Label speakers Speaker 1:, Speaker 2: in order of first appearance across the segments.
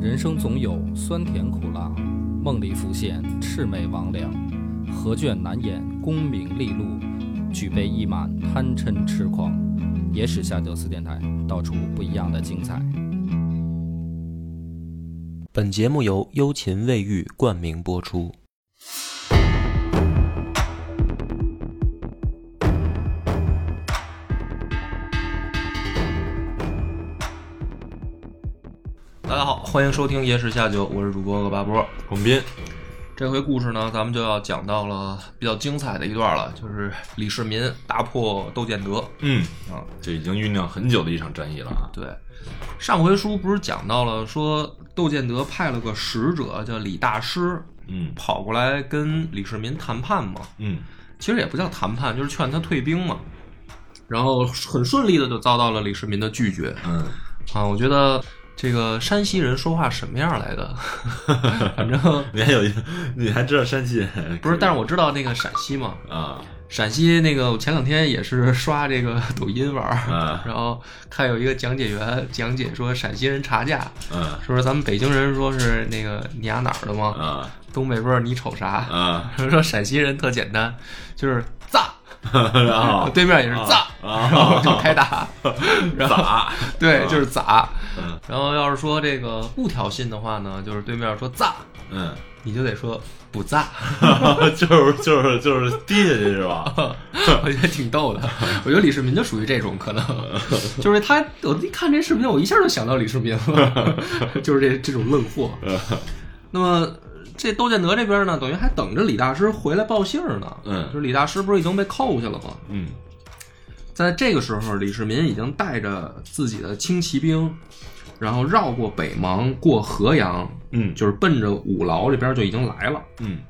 Speaker 1: 人生总有酸甜苦辣，梦里浮现魑魅魍魉，何卷难掩功名利禄，举杯一满贪嗔痴狂。野史下酒四电台，道出不一样的精彩。
Speaker 2: 本节目由优琴卫浴冠名播出。大家好，欢迎收听《野史下酒》，我是主播恶八波。
Speaker 3: 广斌，
Speaker 2: 这回故事呢，咱们就要讲到了比较精彩的一段了，就是李世民大破窦建德
Speaker 3: 嗯，
Speaker 2: 啊。
Speaker 3: 这已经酝酿很久的一场战役了啊。
Speaker 2: 对，上回书不是讲到了说窦建德派了个使者叫李大师
Speaker 3: 嗯
Speaker 2: 跑过来跟李世民谈判嘛？
Speaker 3: 嗯，
Speaker 2: 其实也不叫谈判，就是劝他退兵嘛。然后很顺利的就遭到了李世民的拒绝
Speaker 3: 嗯，
Speaker 2: 啊！我觉得这个山西人说话什么样来的？ 反正
Speaker 3: 你还有，你还知道山西人？
Speaker 2: 不是，但是我知道那个陕西嘛，
Speaker 3: 啊
Speaker 2: 陕西那个我前两天也是刷这个 抖音玩儿，
Speaker 3: 啊
Speaker 2: 然后看有一个讲解员讲解说陕西人查价，
Speaker 3: 啊
Speaker 2: 说是咱们北京人说是那个你丫哪儿的吗？
Speaker 3: 啊
Speaker 2: 东北味儿你瞅啥？
Speaker 3: 啊，
Speaker 2: 说陕西人特简单，就是炸，
Speaker 3: 然后
Speaker 2: 对面也是炸，
Speaker 3: 啊
Speaker 2: 然后就开打，然后
Speaker 3: 打，
Speaker 2: 对就是砸。
Speaker 3: 嗯
Speaker 2: 然后要是说这个不挑衅的话呢，就是对面说炸，
Speaker 3: 嗯，
Speaker 2: 你就得说不炸。
Speaker 3: 就是就是就是低下去是吧？
Speaker 2: 我觉得挺逗的。我觉得李世民就属于这种，可能
Speaker 3: 嗯
Speaker 2: 就是他，我一看这视频，我一下就想到李世民 了，就是这这种愣货。
Speaker 3: 嗯
Speaker 2: 那么这窦建德这边呢，等于还等着李大师回来报信儿呢。
Speaker 3: 嗯
Speaker 2: 就是李大师不是已经被扣下了吗？
Speaker 3: 嗯
Speaker 2: 在这个时候，李世民已经带着自己的轻骑兵，然后绕过北邙，过河阳，
Speaker 3: 嗯
Speaker 2: 就是奔着五牢这边就已经来了。
Speaker 3: 嗯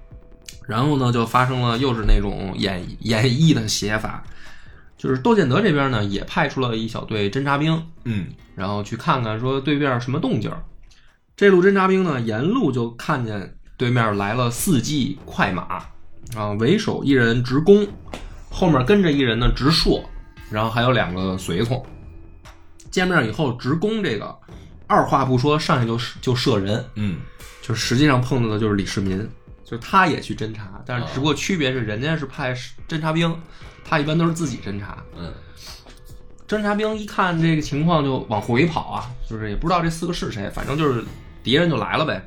Speaker 2: 然后呢，就发生了又是那种演演绎的写法，就是窦建德这边呢也派出了一小队侦察兵，
Speaker 3: 嗯
Speaker 2: 然后去看看说对面什么动静儿。这路侦察兵呢，沿路就看见对面来了四骑快马，啊，为首一人执弓，后面跟着一人呢执槊，然后还有两个随从。见面以后，执弓这个二话不说，上去就就射人，
Speaker 3: 嗯
Speaker 2: 就实际上碰到的就是李世民，就是他也去侦查，但是只不过区别是人家是派侦察兵，他一般都是自己侦查。
Speaker 3: 嗯
Speaker 2: 侦察兵一看这个情况就往回跑啊，就是也不知道这四个是谁，反正就是敌人就来了呗。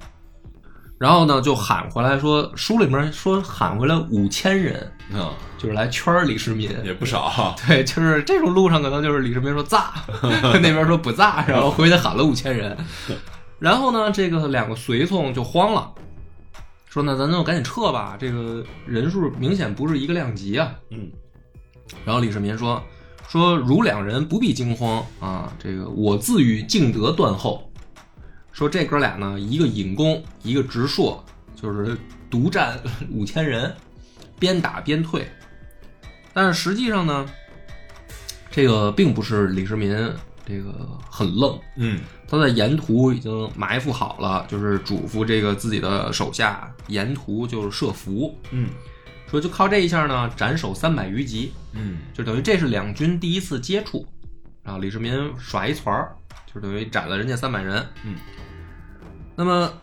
Speaker 2: 然后呢，就喊回来说，书里面说喊回来五千人，
Speaker 3: 啊，
Speaker 2: 就是来圈儿李世民。
Speaker 3: 也不少。
Speaker 2: 对，就是这种路上可能就是李世民说炸，那边说不炸，然后回去喊了五千人。然后呢，这个两个随从就慌了，说那咱就赶紧撤吧，这个人数明显不是一个量级啊。
Speaker 3: 嗯
Speaker 2: 然后李世民说说汝两人不必惊慌啊，这个我自与敬德断后。说这哥俩呢，一个引弓，一个直槊，就是独占五千人，边打边退。但是实际上呢，这个并不是李世民这个很愣，
Speaker 3: 嗯
Speaker 2: 他在沿途已经埋伏好了，就是嘱咐这个自己的手下沿途就是设伏，
Speaker 3: 嗯
Speaker 2: 说就靠这一下呢，斩首三百余级。
Speaker 3: 嗯
Speaker 2: 就等于这是两军第一次接触，然后李世民耍一团儿，就等于斩了人家三百人。
Speaker 3: 嗯，
Speaker 2: 那么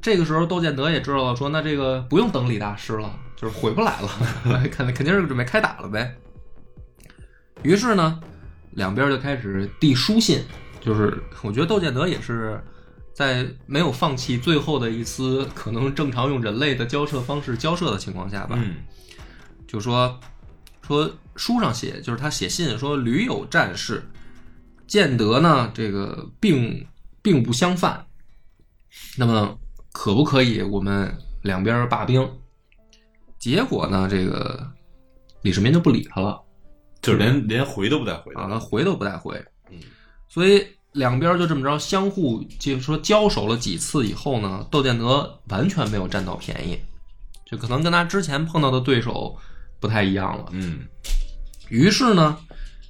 Speaker 2: 这个时候窦建德也知道了，说那这个不用等李大师了，就是回不来了， 肯肯定是准备开打了呗。于是呢，两边就开始递书信，就是我觉得窦建德也是。在没有放弃最后的一丝可能正常用人类的交涉方式交涉的情况下吧，
Speaker 3: 嗯
Speaker 2: 就说说书上写，就是他写信说屡有战事，建德呢这个并并不相犯，那么可不可以我们两边罢兵？结果呢，这个李世民就不理他了
Speaker 3: 就是连连回都不带回
Speaker 2: 啊，
Speaker 3: 的。
Speaker 2: 他回都不带回，
Speaker 3: 嗯
Speaker 2: 所以两边就这么着相互就是说交手了几次以后呢，窦建德完全没有占到便宜，就可能跟他之前碰到的对手不太一样了。
Speaker 3: 嗯
Speaker 2: 于是呢，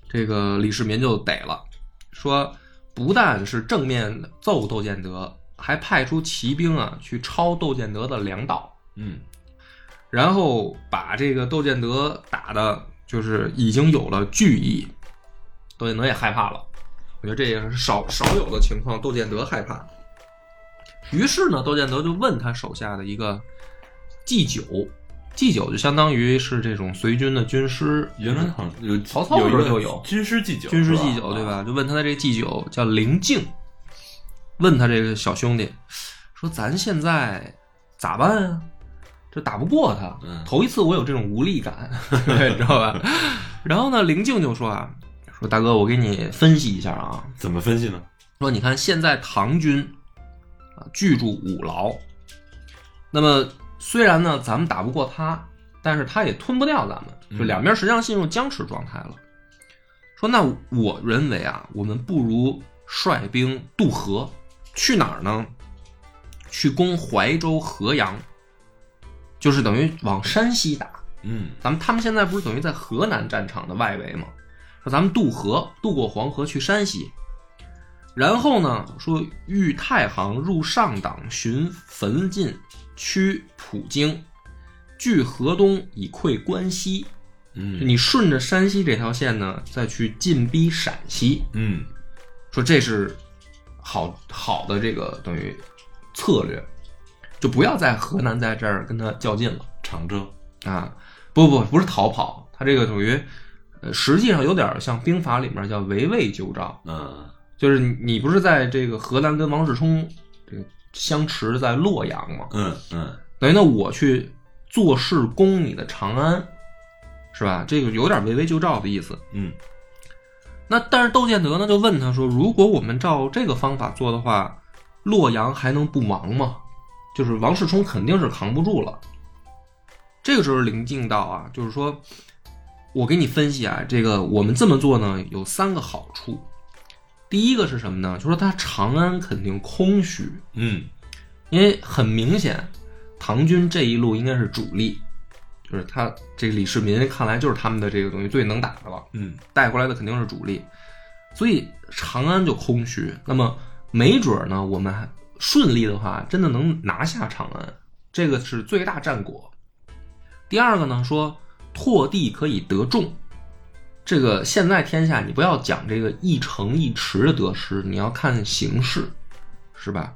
Speaker 2: 这个李世民就逮了，说不但是正面揍窦建德，还派出骑兵啊去抄窦建德的粮道，
Speaker 3: 嗯
Speaker 2: 然后把这个窦建德打的，就是已经有了惧意，窦建德也害怕了。我觉得这也是少少有的情况，窦建德害怕。于是呢，窦建德就问他手下的一个祭酒，祭酒就相当于是这种随军的军师，
Speaker 3: 原来好像有
Speaker 2: 曹操
Speaker 3: 有一
Speaker 2: 那
Speaker 3: 个
Speaker 2: 时候就有
Speaker 3: 军师祭酒，
Speaker 2: 军师
Speaker 3: 是啊
Speaker 2: 祭酒对？吧？就问他的这个祭酒叫林静，问他这个小兄弟说：“咱现在咋办啊？这打不过他，
Speaker 3: 嗯
Speaker 2: 头一次我有这种无力感， 你知道吧？” 然后呢，林静就说啊：“说大哥，我给你分析一下啊，
Speaker 3: 怎么分析呢？
Speaker 2: 说你看现在唐军啊居住五牢，那么虽然呢咱们打不过他，但是他也吞不掉咱们，就两边实际上进入僵持状态了。说那我认为啊，我们不如率兵渡河，去哪儿呢？去攻怀州、河阳，就是等于往山西打。
Speaker 3: 嗯，
Speaker 2: 咱们他们现在不是等于在河南战场的外围吗？说咱们渡河，渡过黄河去山西，然后呢，说遇太行入上党，寻焚晋，趋普京，据河东以溃关西。就
Speaker 3: 嗯
Speaker 2: 你顺着山西这条线呢，再去进逼陕西，
Speaker 3: 嗯
Speaker 2: 说这是好好的这个等于策略，就不要在河南在这儿跟他较劲了。
Speaker 3: 长征，
Speaker 2: 啊，不不不是逃跑，他这个属于，呃，实际上有点像兵法里面叫围魏救赵，
Speaker 3: 嗯
Speaker 2: 就是你你不是在这个河南跟王世充这个相持在洛阳吗？
Speaker 3: 嗯嗯
Speaker 2: 等于呢，我去做事攻你的长安，是吧？这个有点围魏救赵的意思。
Speaker 3: 嗯
Speaker 2: 那但是窦建德呢就问他说，如果我们照这个方法做的话，洛阳还能不亡吗？就是王世充肯定是扛不住了。这个时候林敬道啊，就是说，我给你分析啊，这个我们这么做呢有三个好处。第一个是什么呢？就说他长安肯定空虚，
Speaker 3: 嗯
Speaker 2: 因为很明显，唐军这一路应该是主力，就是他这个李世民看来就是他们的这个东西最能打的了。
Speaker 3: 嗯
Speaker 2: 带过来的肯定是主力，所以长安就空虚。那么没准儿呢，我们还顺利的话，真的能拿下长安，这个是最大战果。第二个呢，说拓地可以得众，这个现在天下你不要讲这个一城一池的得失，你要看形势，是吧？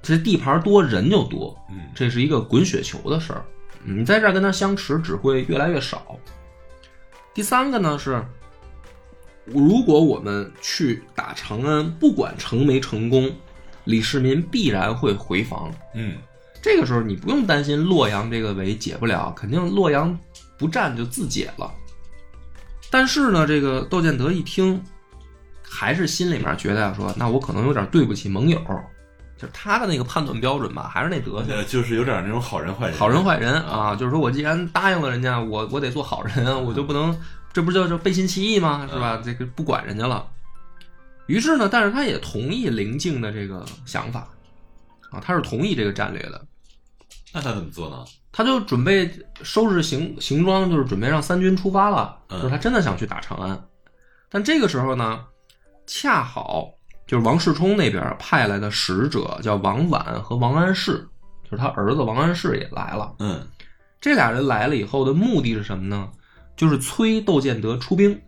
Speaker 2: 其实地盘多人就多，
Speaker 3: 嗯
Speaker 2: 这是一个滚雪球的事儿。你在这儿跟他相持，只会越来越少。第三个呢是，如果我们去打长安，不管成没成功，李世民必然会回防。
Speaker 3: 嗯
Speaker 2: 这个时候你不用担心洛阳这个围解不了，肯定洛阳不战就自解了。但是呢，这个窦建德一听，还是心里面觉得啊说，那我可能有点对不起盟友，就是他的那个判断标准吧，还是那德行。
Speaker 3: 呃，就是有点那种好人坏人，
Speaker 2: 好人坏人啊，就是说我既然答应了人家，我我得做好人啊，我就不能，这不叫叫背信弃义吗？是吧？这个不管人家了。于是呢，但是他也同意林静的这个想法啊，他是同意这个战略的。
Speaker 3: 那他怎么做呢？
Speaker 2: 他就准备收拾行行装，就是准备让三军出发了，
Speaker 3: 嗯
Speaker 2: 就是他真的想去打长安。但这个时候呢，恰好就是王世充那边派来的使者叫王绾和王安石，就是他儿子王安石也来了。
Speaker 3: 嗯
Speaker 2: 这俩人来了以后的目的是什么呢？就是催窦建德出兵，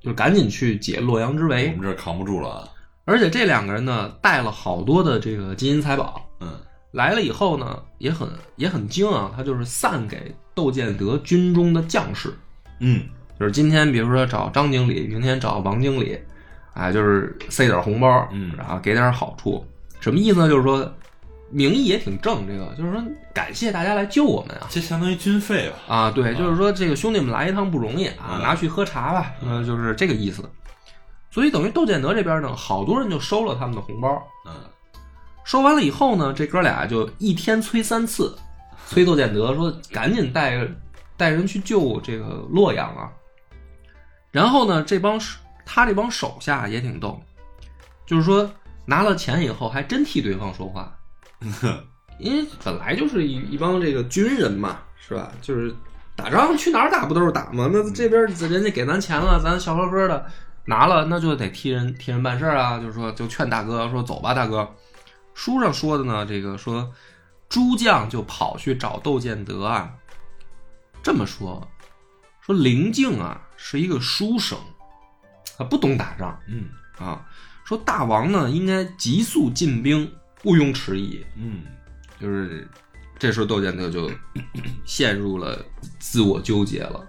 Speaker 2: 就赶紧去解洛阳之
Speaker 3: 我
Speaker 2: 围
Speaker 3: 们。这儿扛不住了啊，
Speaker 2: 而且这两个人呢，带了好多的这个金银财宝。
Speaker 3: 嗯
Speaker 2: 来了以后呢，也很也很精啊，他就是散给窦建德军中的将士，
Speaker 3: 嗯
Speaker 2: 就是今天比如说找张经理，明天找王经理，啊，就是塞点红包，
Speaker 3: 嗯
Speaker 2: 然后给点好处，什么意思呢？就是说名义也挺正，这个就是说感谢大家来救我们啊，
Speaker 3: 这相当于军费吧？
Speaker 2: 啊，对，就是说这个兄弟们来一趟不容易啊，
Speaker 3: 嗯
Speaker 2: 拿去喝茶吧，呃，就是这个意思。所以等于窦建德这边呢，好多人就收了他们的红包，
Speaker 3: 嗯
Speaker 2: 收完了以后呢，这哥俩就一天催三次，催窦建德说赶紧带带人去救这个洛阳啊。然后呢，这帮手他这帮手下也挺逗，就是说拿了钱以后还真替对方说话，因为本来就是一一帮这个军人嘛，是吧？就是打仗去哪儿打不都是打吗？那这边人家给咱钱了，咱笑呵呵的拿了，那就得替人替人办事儿啊。就是说，就劝大哥说走吧，大哥。书上说的呢，这个说诸将就跑去找窦建德啊，这么说，说林静啊是一个书生，啊不懂打仗
Speaker 3: 嗯
Speaker 2: 啊，说大王呢应该急速进兵毋庸迟疑，
Speaker 3: 嗯
Speaker 2: 就是这时候窦建德就 陷入了自我纠结了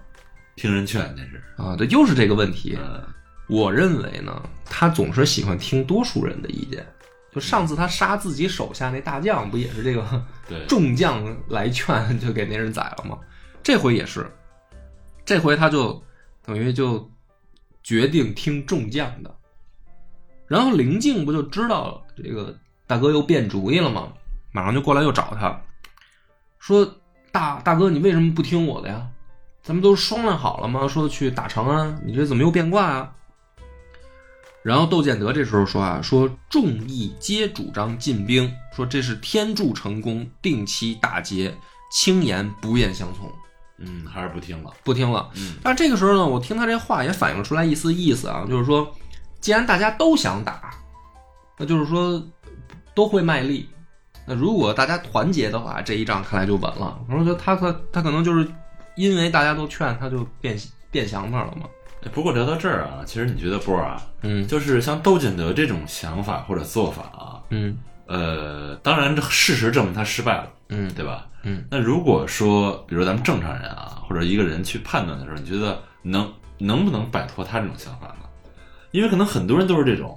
Speaker 3: 听人劝那是，
Speaker 2: 啊，这又是这个问题。
Speaker 3: 嗯
Speaker 2: 我认为呢，他总是喜欢听多数人的意见。就上次他杀自己手下那大将，不也是这个
Speaker 3: 对，
Speaker 2: 众将来劝，就给那人宰了吗？这回也是，这回他就等于就决定听众将的。然后林静不就知道这个大哥又变主意了吗？马上就过来又找他，说：“大大哥，你为什么不听我的呀？咱们都商量好了吗？说去打长安，你这怎么又变卦啊？”然后窦建德这时候说啊，说众议皆主张进兵，说这是天助成功，定期打劫，轻言不愿相从，
Speaker 3: 嗯，还是不听了，
Speaker 2: 不听了。
Speaker 3: 嗯
Speaker 2: 但这个时候呢，我听他这话也反映出来一丝意思啊，就是说，既然大家都想打，那就是说都会卖力。那如果大家团结的话，这一仗看来就稳了。我说他可他可能就是因为大家都劝，他就变变想法了嘛。
Speaker 3: 哎不过聊到这儿啊，其实你觉得波儿啊，
Speaker 2: 嗯
Speaker 3: 就是像窦建德这种想法或者做法啊，
Speaker 2: 嗯
Speaker 3: 呃，当然这事实证明他失败了，
Speaker 2: 嗯，
Speaker 3: 对吧？
Speaker 2: 嗯，
Speaker 3: 那如果说，比如咱们正常人啊，或者一个人去判断的时候，你觉得能能不能摆脱他这种想法呢？因为可能很多人都是这种，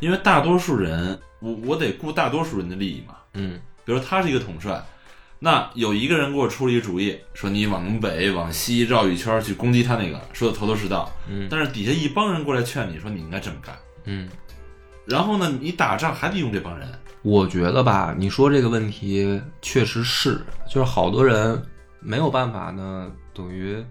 Speaker 3: 因为大多数人，我我得顾大多数人的利益嘛。
Speaker 2: 嗯
Speaker 3: 比如他是一个统帅，那有一个人给我出了一主意，说你往北往西绕一圈儿去攻击他那个，说的头头是道。
Speaker 2: 嗯
Speaker 3: 但是底下一帮人过来劝你说你应该这么干，
Speaker 2: 嗯。
Speaker 3: 然后呢，你打仗还得用这帮人。
Speaker 2: 我觉得吧，你说这个问题确实是，就是好多人没有办法呢，等于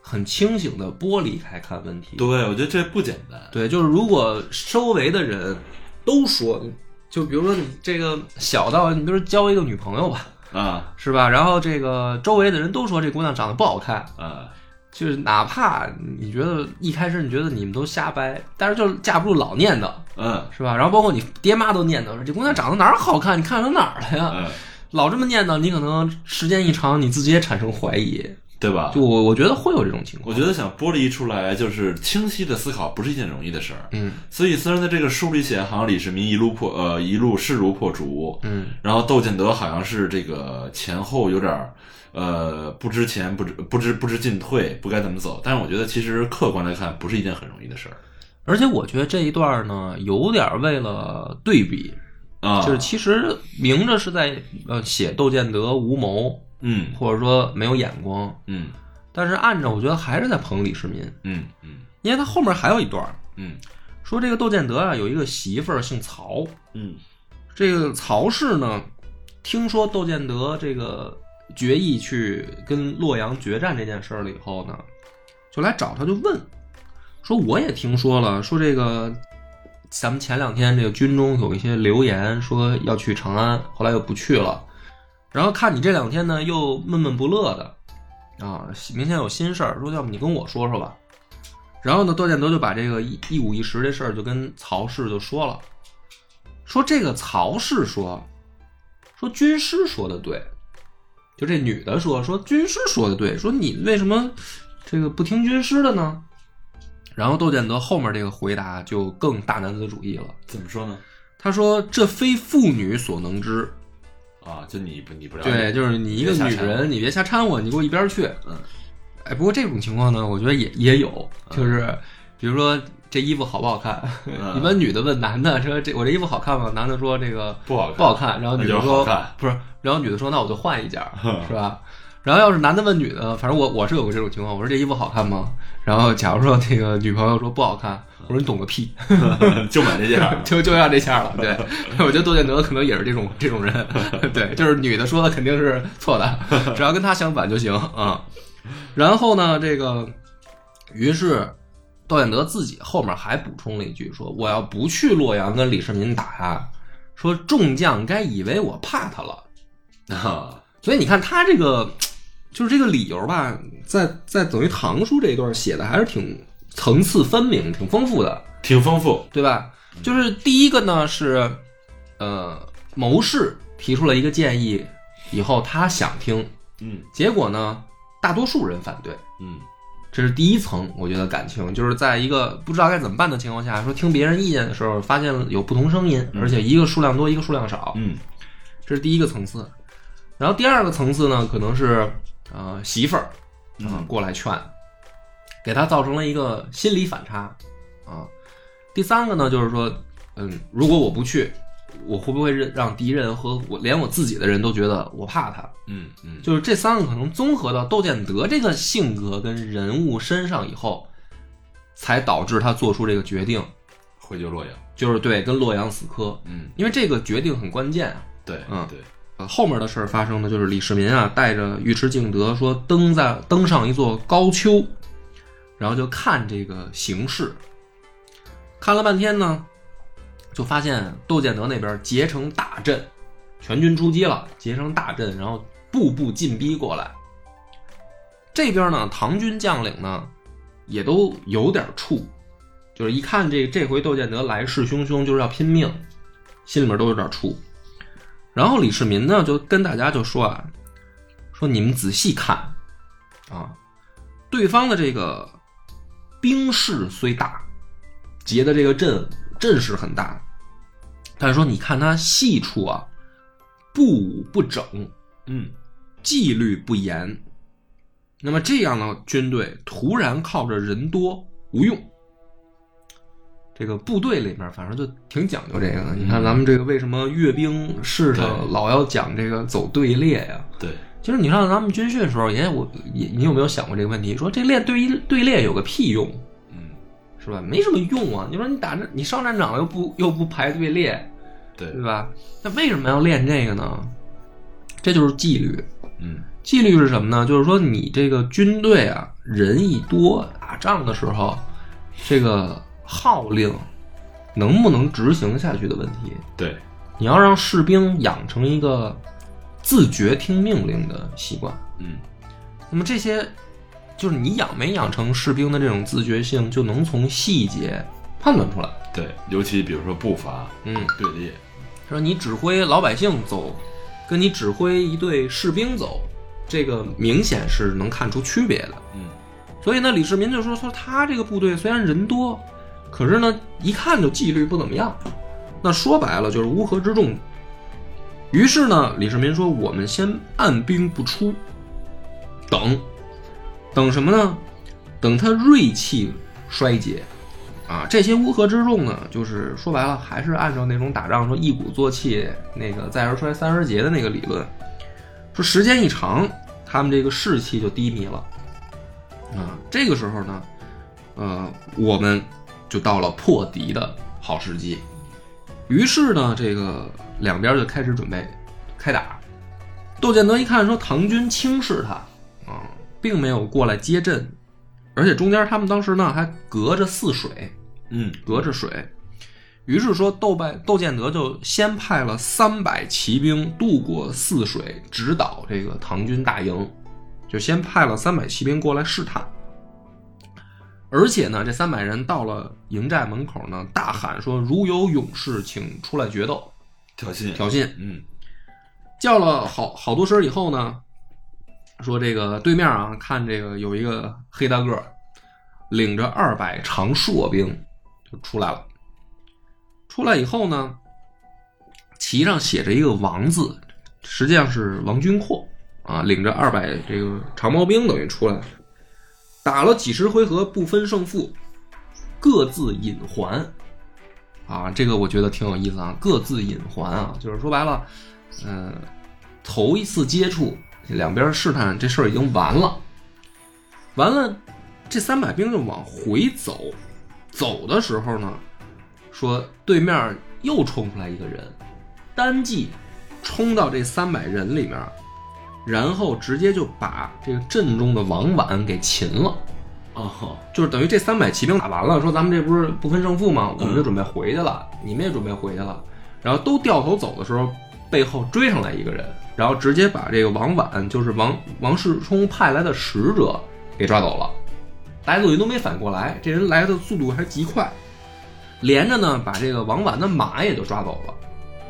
Speaker 2: 很清醒的剥离开看问题。
Speaker 3: 对，我觉得这不简单。
Speaker 2: 对，就是如果周围的人都说，就比如说你这个小到你比如说交一个女朋友吧，
Speaker 3: 啊
Speaker 2: 是吧？然后这个周围的人都说这姑娘长得不好看，
Speaker 3: 啊，
Speaker 2: 就是哪怕你觉得一开始你觉得你们都瞎掰，但是就是架不住老念叨，
Speaker 3: 嗯
Speaker 2: 是吧？然后包括你爹妈都念叨说这姑娘长得哪儿好看，你看上哪儿了呀？
Speaker 3: 嗯，
Speaker 2: 老这么念叨，你可能时间一长，你自己也产生怀疑。
Speaker 3: 对吧？
Speaker 2: 就我我觉得会有这种情
Speaker 3: 我
Speaker 2: 况。
Speaker 3: 觉得想剥离出来，就是清晰的思考，不是一件容易的事儿。
Speaker 2: 嗯
Speaker 3: 所以，虽然在这个书里写，好像李世民一路破，呃，一路势如破竹，
Speaker 2: 嗯
Speaker 3: 然后窦建德好像是这个前后有点儿，呃，不知前不知不知不知进退，不该怎么走。但是我觉得，其实客观来看，不是一件很容易的事儿
Speaker 2: 而且我觉得这一段呢，有点为了对比，
Speaker 3: 啊。
Speaker 2: 就是其实明着是在呃写窦建德无谋，
Speaker 3: 嗯
Speaker 2: 或者说没有眼光，
Speaker 3: 嗯
Speaker 2: 但是暗着我觉得还是在捧李世民，
Speaker 3: 嗯嗯
Speaker 2: 因为他后面还有一段
Speaker 3: 嗯
Speaker 2: 说这个窦建德啊有一个媳妇儿姓曹，
Speaker 3: 嗯
Speaker 2: 这个曹氏呢，听说窦建德这个决意去跟洛阳决战这件事儿了以后呢，就来找他，就问说我也听说了，说这个咱们前两天这个军中有一些流言说要去长安，后来又不去了，然后看你这两天呢又闷闷不乐的，啊，明天有心事儿，说要不你跟我说说吧。然后呢，窦建德就把这个一一五一十这事儿就跟曹氏就说了。说这个曹氏说，说军师说的对，就这女的说，说军师说的对，说你为什么这个不听军师的呢？然后窦建德后面这个回答就更大男子主义了，
Speaker 3: 怎么说呢？
Speaker 2: 他说这非妇女所能知，
Speaker 3: 啊，就你不你不了解，
Speaker 2: 对，就是你一个女人，你别瞎掺和，你给我一边去。
Speaker 3: 嗯，
Speaker 2: 哎，不过这种情况呢，我觉得也也有，就是比如说这衣服好不好看，
Speaker 3: 嗯
Speaker 2: 一般女的问男的说这我这衣服好看吗？男的说这个
Speaker 3: 不好看
Speaker 2: 不好看，然后女的
Speaker 3: 那就是好
Speaker 2: 说
Speaker 3: 看
Speaker 2: 不是，然后女的说那我就换一件儿，是吧？然后要是男的问女的，反正我我是有过这种情况，我说这衣服好看吗？然后假如说那个女朋友说不好看，我说你懂个屁，
Speaker 3: 就买这件儿
Speaker 2: 就就要这下了。对，我觉得窦建德可能也是这种这种人，对，就是女的说的肯定是错的，只要跟他相反就行啊、然后呢，这个于是窦建德自己后面还补充了一句说：“我要不去洛阳跟李世民打呀，说众将该以为我怕他了。”
Speaker 3: 啊。
Speaker 2: 所以你看他这个就是这个理由吧，在在等于唐书这一段写的还是挺层次分明、挺丰富的。
Speaker 3: 挺丰富，
Speaker 2: 对吧？就是第一个呢是，呃，谋士提出了一个建议，以后他想听，
Speaker 3: 嗯
Speaker 2: 结果呢，大多数人反对，
Speaker 3: 嗯
Speaker 2: 这是第一层，我觉得感情就是在一个不知道该怎么办的情况下，说听别人意见的时候，发现有不同声音，
Speaker 3: 嗯
Speaker 2: 而且一个数量多，一个数量少，
Speaker 3: 嗯
Speaker 2: 这是第一个层次。然后第二个层次呢，可能是呃媳妇儿啊
Speaker 3: 嗯
Speaker 2: 过来劝，给他造成了一个心理反差啊。第三个呢，就是说，嗯，如果我不去，我会不会让让敌人和我连我自己的人都觉得我怕他？
Speaker 3: 嗯嗯，
Speaker 2: 就是这三个可能综合到窦建德这个性格跟人物身上以后，才导致他做出这个决定，
Speaker 3: 回救洛阳。
Speaker 2: 就是对跟洛阳死磕，
Speaker 3: 嗯，
Speaker 2: 因为这个决定很关键啊。
Speaker 3: 对，
Speaker 2: 嗯
Speaker 3: 对，
Speaker 2: 呃，后面的事儿发生的就是李世民啊，带着尉迟敬德说登在登上一座高丘，然后就看这个形势，看了半天呢，就发现窦建德那边结成大阵，全军出击了，结成大阵，然后步步进逼过来。这边呢，唐军将领呢，也都有点怵，就是一看这这回窦建德来势汹汹，就是要拼命，心里面都有点怵。然后李世民呢就跟大家就说啊，说你们仔细看啊，对方的这个兵势虽大，结的这个阵阵势很大，但是说你看他细处啊，不武不整，
Speaker 3: 嗯
Speaker 2: 纪律不严，那么这样的军队突然靠着人多无用。这个部队里面反正就挺讲究这个的。你看咱们这个为什么阅兵式上
Speaker 3: 对
Speaker 2: 老要讲这个走队列呀、
Speaker 3: 对，
Speaker 2: 其实你上咱们军训的时候也我也你有没有想过这个问题？说这练队一队列有个屁用，
Speaker 3: 嗯
Speaker 2: 是吧？没什么用啊。你说你打这你上战场又不又不排队列，
Speaker 3: 对
Speaker 2: 对，吧？那为什么要练这个呢？这就是纪律。
Speaker 3: 嗯
Speaker 2: 纪律是什么呢？就是说你这个军队啊，人一多，打仗的时候，这个号令能不能执行下去的问题。
Speaker 3: 对，
Speaker 2: 你要让士兵养成一个自觉听命令的习惯。
Speaker 3: 嗯
Speaker 2: 那么这些，就是你养没养成士兵的这种自觉性，就能从细节判断出来。
Speaker 3: 对，尤其比如说步伐、
Speaker 2: 嗯，
Speaker 3: 队列，
Speaker 2: 说你指挥老百姓走，跟你指挥一队士兵走，这个明显是能看出区别的。
Speaker 3: 嗯
Speaker 2: 所以呢，李世民就说说他这个部队虽然人多，可是呢，一看就纪律不怎么样。那说白了就是乌合之众。于是呢，李世民说：“我们先按兵不出，等，等什么呢？等他锐气衰竭。啊，这些乌合之众呢，就是说白了，还是按照那种打仗说一鼓作气，那个再而衰，三而竭的那个理论。说时间一长，他们这个士气就低迷了。啊，这个时候呢，呃，我们就到了破敌的好时机。于是呢，这个两边就开始准备开打。窦建德一看说唐军轻视他啊，并没有过来接阵，而且中间他们当时呢还隔着泗水，
Speaker 3: 嗯
Speaker 2: 隔着水。于是说窦拜窦建德就先派了三百骑兵渡过泗水，直捣这个唐军大营，就先派了三百骑兵过来试探。而且呢，这三百人到了营寨门口呢，大喊说：“如有勇士，请出来决斗，
Speaker 3: 挑衅，
Speaker 2: 挑衅！”
Speaker 3: 嗯
Speaker 2: 叫了好好多声以后呢，说这个对面啊，看这个有一个黑大个儿，领着二百长槊兵就出来了。出来以后呢，旗上写着一个“王”字，实际上是王君阔啊，领着二百这个长矛兵等于出来了，打了几十回合不分胜负，各自隐还。啊，这个我觉得挺有意思啊，各自隐还啊，就是说白了，嗯，头一次接触，两边试探这事儿已经完了，完了，这三百兵就往回走，走的时候呢，说对面又冲出来一个人，单骑冲到这三百人里面，然后直接就把这个阵中的王绾给擒了。
Speaker 3: 哦，
Speaker 2: 就是等于这三百骑兵打完了，说咱们这不是不分胜负吗？我们就准备回去了，你们也准备回去了，然后都掉头走的时候，背后追上来一个人，然后直接把这个王绾，就是王王世充派来的使者给抓走了。白祖云都没反应过来，这人来的速度还极快，连着呢把这个王绾的马也就抓走了。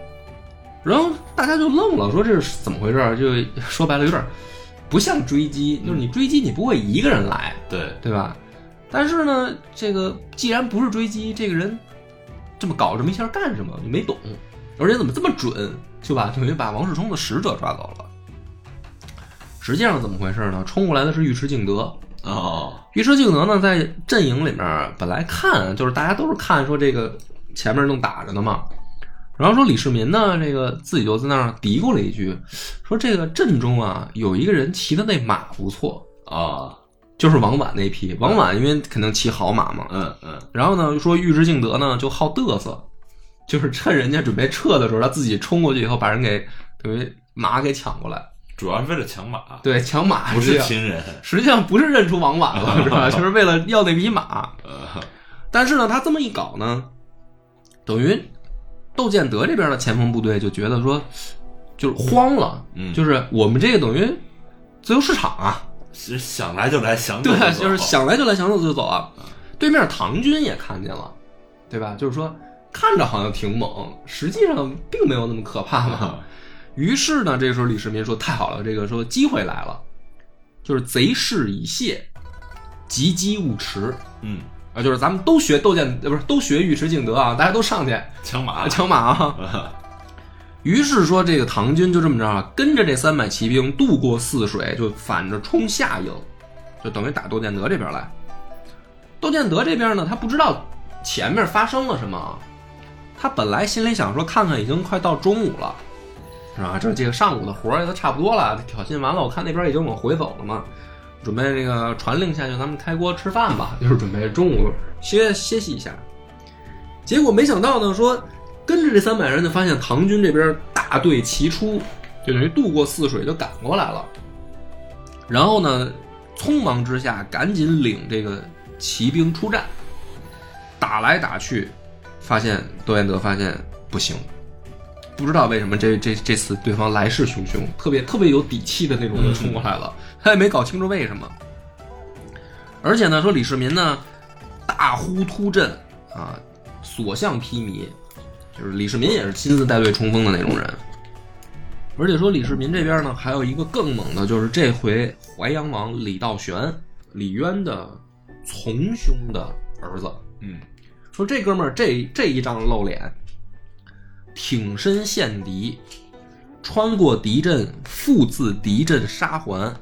Speaker 2: 然后大家就愣了，说这是怎么回事儿？就说白了有点不像追击，就是你追击你不会一个人来，
Speaker 3: 对，
Speaker 2: 对吧？但是呢，这个既然不是追击，这个人这么搞这么一下干什么？你没懂，而且怎么这么准，就把等于把王世充的使者抓走了。实际上怎么回事呢？冲过来的是尉迟敬德，
Speaker 3: 哦，
Speaker 2: 尉迟敬德呢，在阵营里面本来看就是大家都是看说这个前面正打着呢嘛，然后说李世民呢，这个自己就在那儿嘀咕了一句，说这个阵中啊有一个人骑的那马不错，
Speaker 3: 哦，
Speaker 2: 就是王绾那匹。王绾因为肯定骑好马嘛，
Speaker 3: 嗯嗯，
Speaker 2: 然后呢说尉迟敬德呢就好嘚瑟，就是趁人家准备撤的时候，他自己冲过去以后把人给等于马给抢过来，
Speaker 3: 主要是为了抢马，
Speaker 2: 对，啊抢马
Speaker 3: 不
Speaker 2: 实际
Speaker 3: 是
Speaker 2: 上
Speaker 3: 亲人，
Speaker 2: 实际上不是认出王绾了，是吧？就是为了要那匹马。
Speaker 3: 呃，
Speaker 2: 但是呢，他这么一搞呢，等于窦建德这边的前锋部队就觉得说，就是慌了，
Speaker 3: 嗯
Speaker 2: 就是我们这个等于自由市场啊，
Speaker 3: 是想来就来，想走
Speaker 2: 对
Speaker 3: 就
Speaker 2: 啊，
Speaker 3: 走
Speaker 2: 就是想来就来，想走就走啊。对面唐军也看见了，对吧？就是说看着好像挺猛，实际上并没有那么可怕 嘛。于是呢，这时候李世民说：“太好了，这个说机会来了，就是贼势已泄，急击勿迟。”
Speaker 3: 嗯，
Speaker 2: 啊，就是咱们都学窦建，呃，不是都学尉迟敬德啊，大家都上去
Speaker 3: 抢马，嗯
Speaker 2: 抢马啊。于是说，这个唐军就这么着啊，跟着这三百骑兵渡过泗水，就反着冲下营，就等于打窦建德这边来。窦建德这边呢，他不知道前面发生了什么啊，他本来心里想说，看看已经快到中午了，是吧？这这个上午的活儿都差不多了，挑衅完了，我看那边已经往回走了嘛，准备这个传令下去，咱们开锅吃饭吧，就是准备中午歇歇息一下。结果没想到呢，说跟着这三百人就发现唐军这边大队齐出，就等于渡过泗水就赶过来了。然后呢，匆忙之下赶紧领这个骑兵出战，打来打去，发现窦彦德发现不行，不知道为什么这这这次对方来势汹汹，特别特别有底气的那种就冲过来了， 他也没搞清楚为什么。而且呢，说李世民呢大呼突阵啊，所向披靡，就是李世民也是亲自带队冲锋的那种人。而且说李世民这边呢，还有一个更猛的，就是这回淮阳王李道玄，李渊的从兄的儿子。
Speaker 3: 嗯，
Speaker 2: 说这哥们儿这这一仗露脸，挺身陷敌，穿过敌阵，复自敌阵杀还。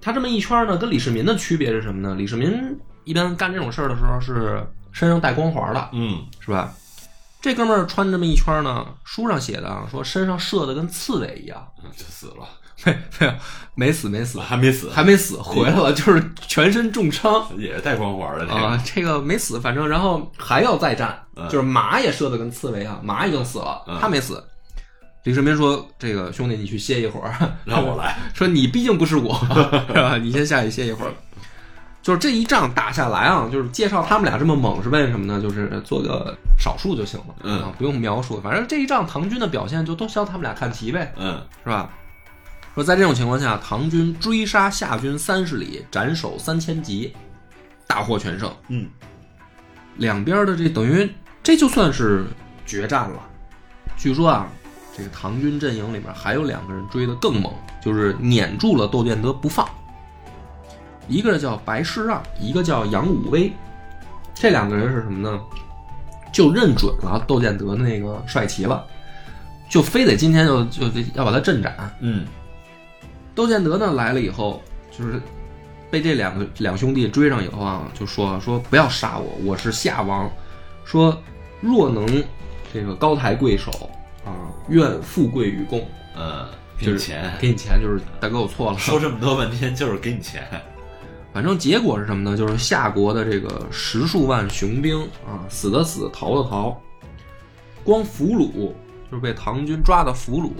Speaker 2: 他这么一圈呢，跟李世民的区别是什么呢？李世民一般干这种事儿的时候是身上带光环的，
Speaker 3: 嗯，
Speaker 2: 是吧？这哥们儿穿这么一圈呢，书上写的啊，说身上射的跟刺猬一样，
Speaker 3: 就死了，
Speaker 2: 没没有没死没死
Speaker 3: 还没死，
Speaker 2: 还没死，回来了就是全身重伤，
Speaker 3: 也是带光环的这
Speaker 2: 啊、
Speaker 3: 个，
Speaker 2: 这个没死，反正然后还要再战，
Speaker 3: 哎嗯
Speaker 2: 就是马也射的跟刺猬一样，马已经死了，
Speaker 3: 嗯
Speaker 2: 他没死。李世民说：“这个兄弟，你去歇一会儿，
Speaker 3: 让我来，
Speaker 2: 说你毕竟不是我， 是吧？你先下去歇一会儿。”就是这一仗打下来啊，就是介绍他们俩这么猛是为什么呢？就是做个少数就行了，
Speaker 3: 嗯
Speaker 2: 啊，不用描述，反正这一仗唐军的表现就都向他们俩看齐呗。
Speaker 3: 嗯，
Speaker 2: 是吧？说在这种情况下，唐军追杀夏军三十里，斩首三千级，大获全胜。
Speaker 3: 嗯，
Speaker 2: 两边的这等于这就算是决战了。据说啊，这个唐军阵营里面还有两个人追得更猛，就是撵住了窦建德不放。一个叫白世让，一个叫杨武威，这两个人是什么呢？就认准了窦建德的那个帅旗了，就非得今天就就得要把他镇斩。
Speaker 3: 嗯，
Speaker 2: 窦建德呢来了以后，就是被这两个两兄弟追上以后啊，就说说不要杀我，我是夏王，说若能这个高抬贵手啊，愿富贵与共，
Speaker 3: 嗯，给
Speaker 2: 就
Speaker 3: 你
Speaker 2: 是
Speaker 3: 钱，
Speaker 2: 给你钱，就是大哥我错了。
Speaker 3: 说这么多半天就是给你钱，
Speaker 2: 反正结果是什么呢？就是夏国的这个十数万雄兵啊，死的死，逃的逃，光俘虏就是被唐军抓的俘虏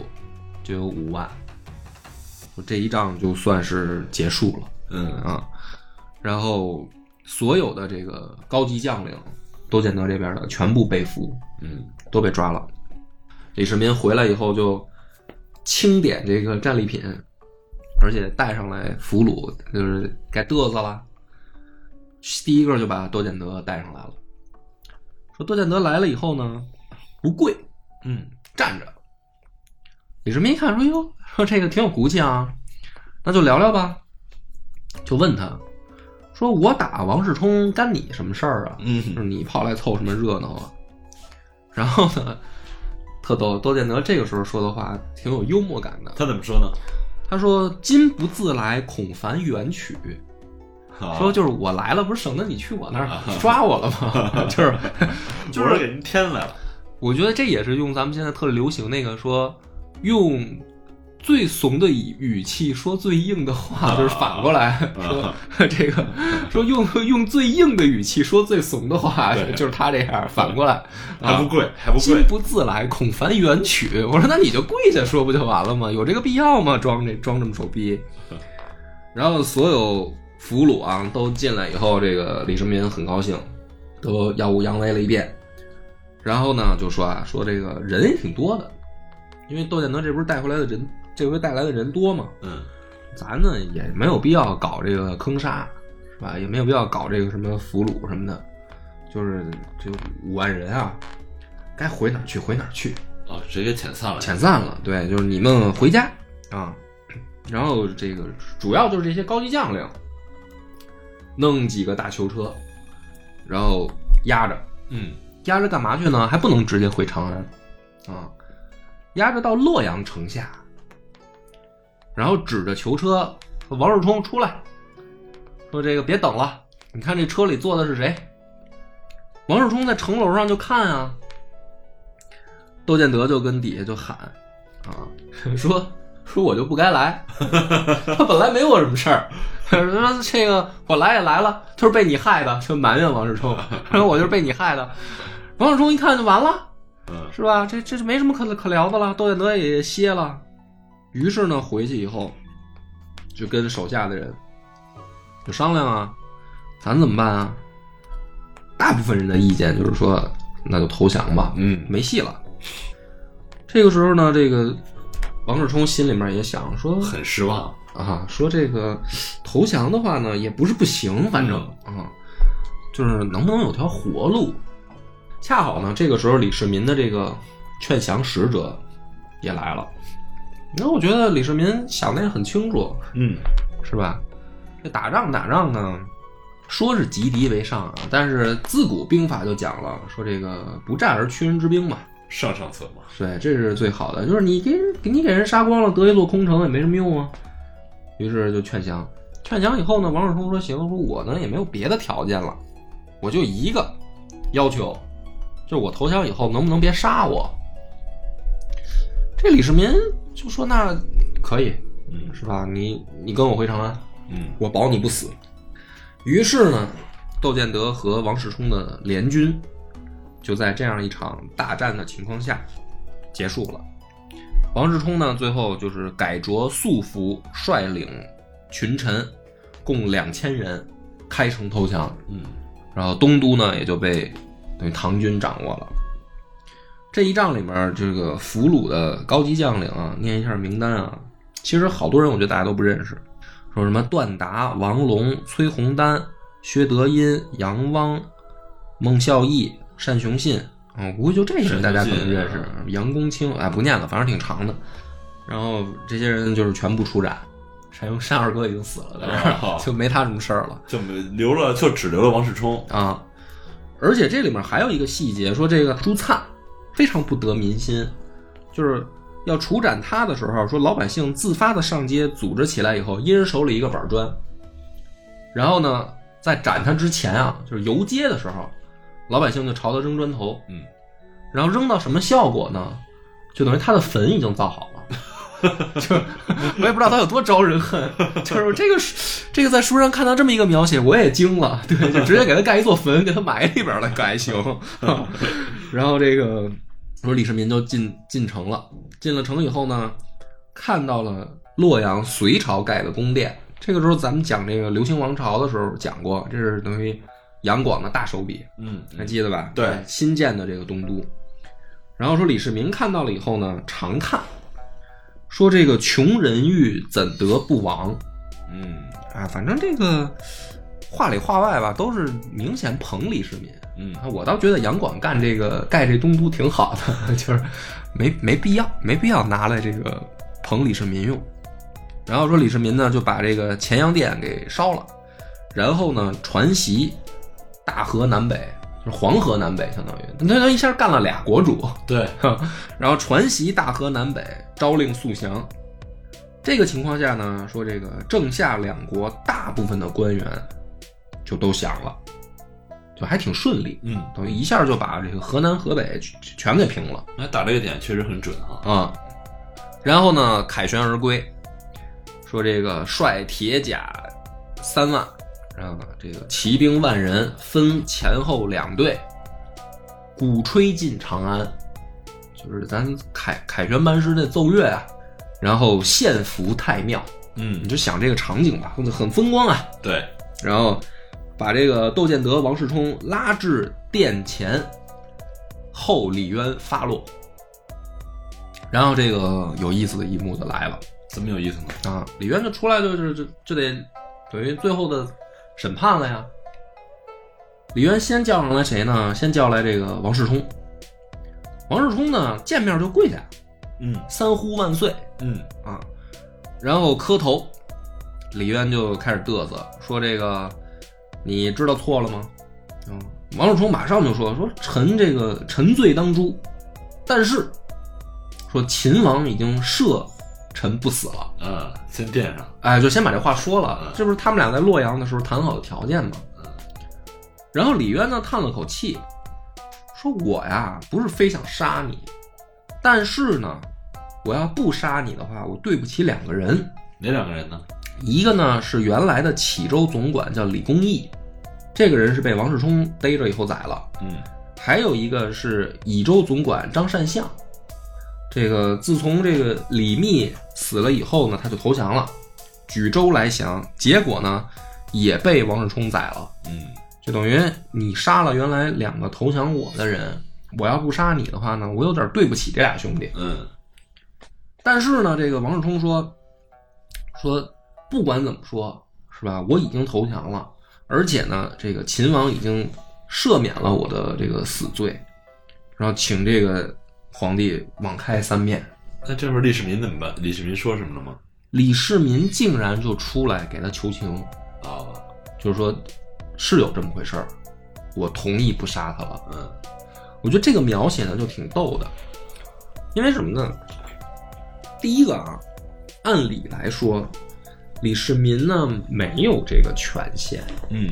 Speaker 2: 就有五万，就这一仗就算是结束了。
Speaker 3: 嗯
Speaker 2: 啊，然后所有的这个高级将领，窦建德这边的全部被俘，
Speaker 3: 嗯，
Speaker 2: 都被抓了。李世民回来以后就清点这个战利品，而且带上来俘虏，就是该嘚瑟了。第一个就把窦建德带上来了，说窦建德来了以后呢，不跪
Speaker 3: 嗯，
Speaker 2: 站着。李世民一看说：“哟，说这个挺有骨气啊。”那就聊聊吧。就问他，说我打王世充干你什么事儿啊？就是
Speaker 3: 嗯
Speaker 2: 你跑来凑什么热闹啊？ 然后呢，特逗，窦建德这个时候说的话挺有幽默感的。
Speaker 3: 他怎么说呢？
Speaker 2: 他说：“今不自来，恐烦远取。”
Speaker 3: 啊
Speaker 2: 说就是我来了，不是省得你去我那儿抓我了吗？ 就是就
Speaker 3: 我
Speaker 2: 是
Speaker 3: 给人添来了，
Speaker 2: 我觉得这也是用咱们现在特流行那个说，用最怂的语语气说最硬的话，就是反过来 说这个，说用用最硬的语气说最怂的话，
Speaker 3: 对
Speaker 2: 就是他这样反过来，
Speaker 3: 还不
Speaker 2: 啊
Speaker 3: 贵，还不
Speaker 2: 心
Speaker 3: 贵，
Speaker 2: 不自来，恐烦远取。我说那你就跪下说不就完了吗？有这个必要吗？装这装这么丑逼。 然后所有俘虏啊都进来以后，这个李世民很高兴，都耀武扬威了一遍。然后呢，就说啊，说这个人也挺多的，因为窦建德这不是带回来的人，这回带来的人多嘛，
Speaker 3: 嗯，
Speaker 2: 咱呢也没有必要搞这个坑杀，是吧？也没有必要搞这个什么俘虏什么的，就是这五万人啊，该回哪儿去回哪儿去，
Speaker 3: 哦，直接给遣散了，
Speaker 2: 遣散了。对，就是你们回家啊。然后这个主要就是这些高级将领，弄几个大囚车，然后压着，
Speaker 3: 嗯，
Speaker 2: 压着干嘛去呢？还不能直接回长安，啊，压着到洛阳城下，然后指着囚车说王世充出来，说这个别等了，你看这车里坐的是谁？王世充在城楼上就看啊，窦建德就跟底下就喊啊，说说我就不该来，他本来没我什么事儿，说这个我来也来了，就是被你害的，就埋怨王世充，说我就是被你害的。王世充一看就完了，
Speaker 3: 嗯
Speaker 2: 是吧？这这就没什么可可聊的了，窦建德也歇了。于是呢，回去以后就跟手下的人就商量啊，咱怎么办啊？大部分人的意见就是说，那就投降吧，
Speaker 3: 嗯
Speaker 2: 没戏了。这个时候呢，这个王世充心里面也想说，
Speaker 3: 很失望，
Speaker 2: 啊，说这个投降的话呢，也不是不行，反正啊，就是能不能有条活路？恰好呢，这个时候李世民的这个劝降使者也来了。那我觉得李世民想的也很清楚，
Speaker 3: 嗯，
Speaker 2: 是吧？这打仗打仗呢，说是击敌为上啊，但是自古兵法就讲了，说这个不战而屈人之兵嘛，
Speaker 3: 上上策嘛，
Speaker 2: 对，这是最好的，就是你给人给你给人杀光了，得一座空城也没什么用啊。于是就劝降，劝降以后呢，王世充说行，说我呢也没有别的条件了，我就一个要求，就是我投降以后能不能别杀我？这李世民就说那可以
Speaker 3: 嗯
Speaker 2: 是吧？你你跟我回长安，
Speaker 3: 嗯
Speaker 2: 我保你不死。于是呢，窦建德和王世充的联军就在这样一场大战的情况下结束了。王世充呢，最后就是改着素服，率领群臣共两千人开城投降，
Speaker 3: 嗯，
Speaker 2: 然后东都呢也就被等于唐军掌握了。这一仗里面，这个俘虏的高级将领啊，念一下名单啊，其实好多人我觉得大家都不认识，说什么段达、王龙、崔洪丹、薛德殷、杨汪、孟孝义、单雄信，啊、我估计就这些人大家可能认识
Speaker 3: 单雄。
Speaker 2: 杨公卿，哎，不念了，反正挺长的。然后这些人就是全部出斩，单雄单二哥已经死了，在这儿 就没他什么事儿了。
Speaker 3: 就没留了，就只留了王世充，
Speaker 2: 啊。而且这里面还有一个细节，说这个朱灿非常不得民心，就是要处斩他的时候，说老百姓自发的上街组织起来以后，一人手里一个板砖，然后呢，在斩他之前啊，就是游街的时候，老百姓就朝他扔砖头，
Speaker 3: 嗯，
Speaker 2: 然后扔到什么效果呢？就等于他的坟已经造好了。 就 我也不知道他有多招人恨，就是这个书这个在书上看到这么一个描写，我也惊了，对，就直接给他盖一座坟，给他埋里边儿了，可还行。 然后这个说李世民就进进城了，进了城以后呢，看到了洛阳隋朝盖的宫殿。这个时候咱们讲这个流行王朝的时候讲过，这是等于杨广的大手笔，
Speaker 3: 嗯，
Speaker 2: 还记得吧？
Speaker 3: 对
Speaker 2: 新建的这个东都。然后说李世民看到了以后呢，长叹，说这个穷人欲怎得不亡
Speaker 3: 嗯
Speaker 2: 啊？反正这个话里话外吧，都是明显捧李世民。
Speaker 3: 嗯
Speaker 2: 啊，我倒觉得杨广干这个盖这东都挺好 的，就是没没必要，没必要拿来这个捧李世民用。然后说李世民呢就把这个乾阳殿给烧了，然后呢传檄大河南北，就是黄河南北，相当于他他一下干了俩国主，
Speaker 3: 对，
Speaker 2: 然后传檄大河南北，诏令肃降。这个情况下呢，说这个郑夏两国大部分的官员就都降了，就还挺顺利，
Speaker 3: 嗯，
Speaker 2: 等于一下就把这个河南、河北全全给平了
Speaker 3: 那哎打这个点确实很准啊。
Speaker 2: 啊、然后呢，凯旋而归，说这个率铁甲三万，然后呢，这个骑兵万人，分前后两队，鼓吹进长安，就是咱凯凯旋班师那奏乐啊，然后献俘太庙，
Speaker 3: 嗯
Speaker 2: 你，就想这个场景吧，很很风光啊。
Speaker 3: 对，
Speaker 2: 然后把这个窦建德、王世充拉至殿前，后李渊发落。然后这个有意思的一幕就来了
Speaker 3: 怎么有意思呢？
Speaker 2: 啊！李渊就出来就是就就得等于最后的审判了呀。李渊先叫上来谁呢？先叫来这个王世充。王世充呢见面就跪下，
Speaker 3: 嗯
Speaker 2: 三呼万岁，
Speaker 3: 嗯，
Speaker 2: 啊，然后磕头，李渊就开始嘚瑟，说这个你知道错了吗？嗯，王世充马上就说说臣这个臣罪当诛，但是说秦王已经赦臣不死了，
Speaker 3: 呃，先垫上，
Speaker 2: 哎，就先把这话说了
Speaker 3: 嗯，
Speaker 2: 这不是他们俩在洛阳的时候谈好的条件吗？
Speaker 3: 嗯
Speaker 2: 然后李渊呢叹了口气，说我呀不是非想杀你，但是呢，我要不杀你的话，我对不起两个人。
Speaker 3: 哪两个人呢？
Speaker 2: 一个呢是原来的启州总管叫李公义，这个人是被王世充逮着以后宰了；
Speaker 3: 嗯，
Speaker 2: 还有一个是益州总管张善相，这个自从这个李密死了以后呢，他就投降了，举州来降，结果呢也被王世充宰了。
Speaker 3: 嗯，
Speaker 2: 就等于你杀了原来两个投降我的人，我要不杀你的话呢，我有点对不起这俩兄弟。
Speaker 3: 嗯，
Speaker 2: 但是呢，这个王世充说说不管怎么说，是吧？我已经投降了，而且呢，这个秦王已经赦免了我的这个死罪，然后请这个皇帝网开三面。
Speaker 3: 那哎这会儿李世民怎么办？李世民说什么了吗？
Speaker 2: 李世民竟然就出来给他求情，
Speaker 3: 哦，
Speaker 2: 就是说是有这么回事儿，我同意不杀他了。
Speaker 3: 嗯
Speaker 2: 我觉得这个描写呢就挺逗的，因为什么呢？第一个啊，按理来说，李世民呢没有这个权限，
Speaker 3: 嗯，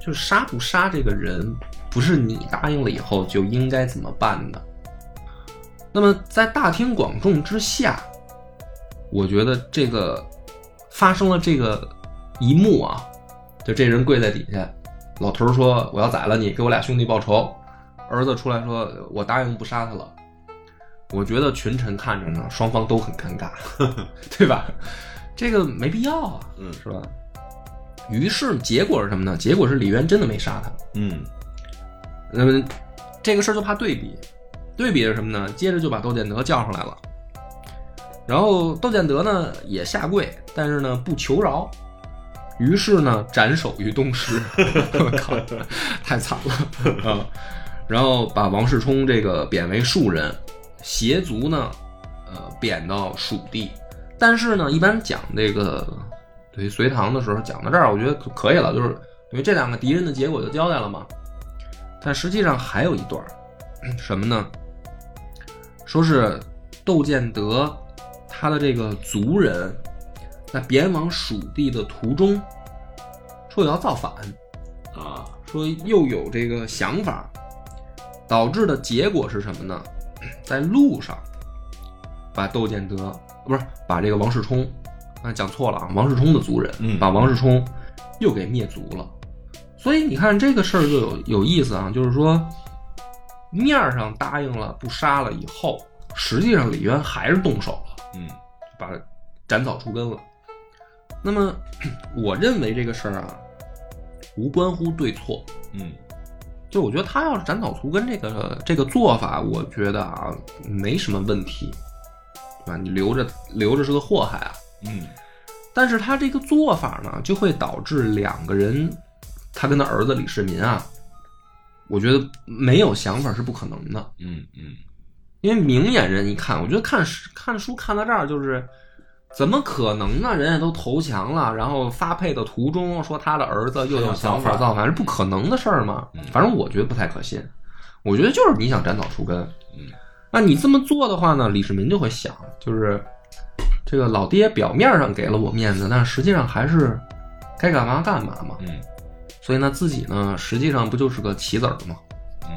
Speaker 2: 就是杀不杀这个人，不是你答应了以后就应该怎么办的。那么在大庭广众之下，我觉得这个发生了这个一幕啊，就这人跪在底下，老头儿说我要宰了你，给我俩兄弟报仇。儿子出来说我答应不杀他了。我觉得群臣看着呢，双方都很尴尬， 对吧？这个没必要啊，
Speaker 3: 嗯
Speaker 2: 是吧？于是结果是什么呢？结果是李渊真的没杀他。
Speaker 3: 嗯，
Speaker 2: 那么这个事儿就怕对比，对比是什么呢？接着就把窦建德叫上来了，然后窦建德呢也下跪，但是呢不求饶，于是呢斩首于东施， 我靠，太惨了啊！然后把王世充这个贬为庶人，携族呢，呃，贬到蜀地。但是呢，一般讲这个对于隋唐的时候讲到这儿，我觉得可以了，就是因为这两个敌人的结果就交代了嘛。但实际上还有一段儿，什么呢？说是窦建德他的这个族人在贬往蜀地的途中，说要造反，
Speaker 3: 啊，
Speaker 2: 说又有这个想法，导致的结果是什么呢？在路上把窦建德不是把这个王世充啊讲错了啊，王世充的族人，
Speaker 3: 嗯
Speaker 2: 把王世充又给灭族了。所以你看这个事儿就有有意思啊，就是说面儿上答应了不杀了以后，实际上李渊还是动手了。
Speaker 3: 嗯
Speaker 2: 把它斩草除根了。那么， 我认为这个事儿啊，无关乎对错。
Speaker 3: 嗯
Speaker 2: 就我觉得他要是斩草除根这个这个做法，我觉得啊没什么问题，对吧？你留着留着是个祸害啊。
Speaker 3: 嗯，
Speaker 2: 但是他这个做法呢，就会导致两个人，他跟他儿子李世民啊，我觉得没有想法是不可能的。
Speaker 3: 嗯嗯
Speaker 2: 因为明眼人一看，我觉得看书看书看到这儿就是，怎么可能呢？人家都投降了，然后发配的途中说他的儿子又有想法造反，是不嗯可能的事儿吗？反正我觉得不太可信。我觉得就是你想斩草除根。
Speaker 3: 嗯，
Speaker 2: 那你这么做的话呢，李世民就会想，就是这个老爹表面上给了我面子，但实际上还是该干嘛干嘛嘛。
Speaker 3: 嗯
Speaker 2: 所以呢，自己呢，实际上不就是个棋子儿吗？
Speaker 3: 嗯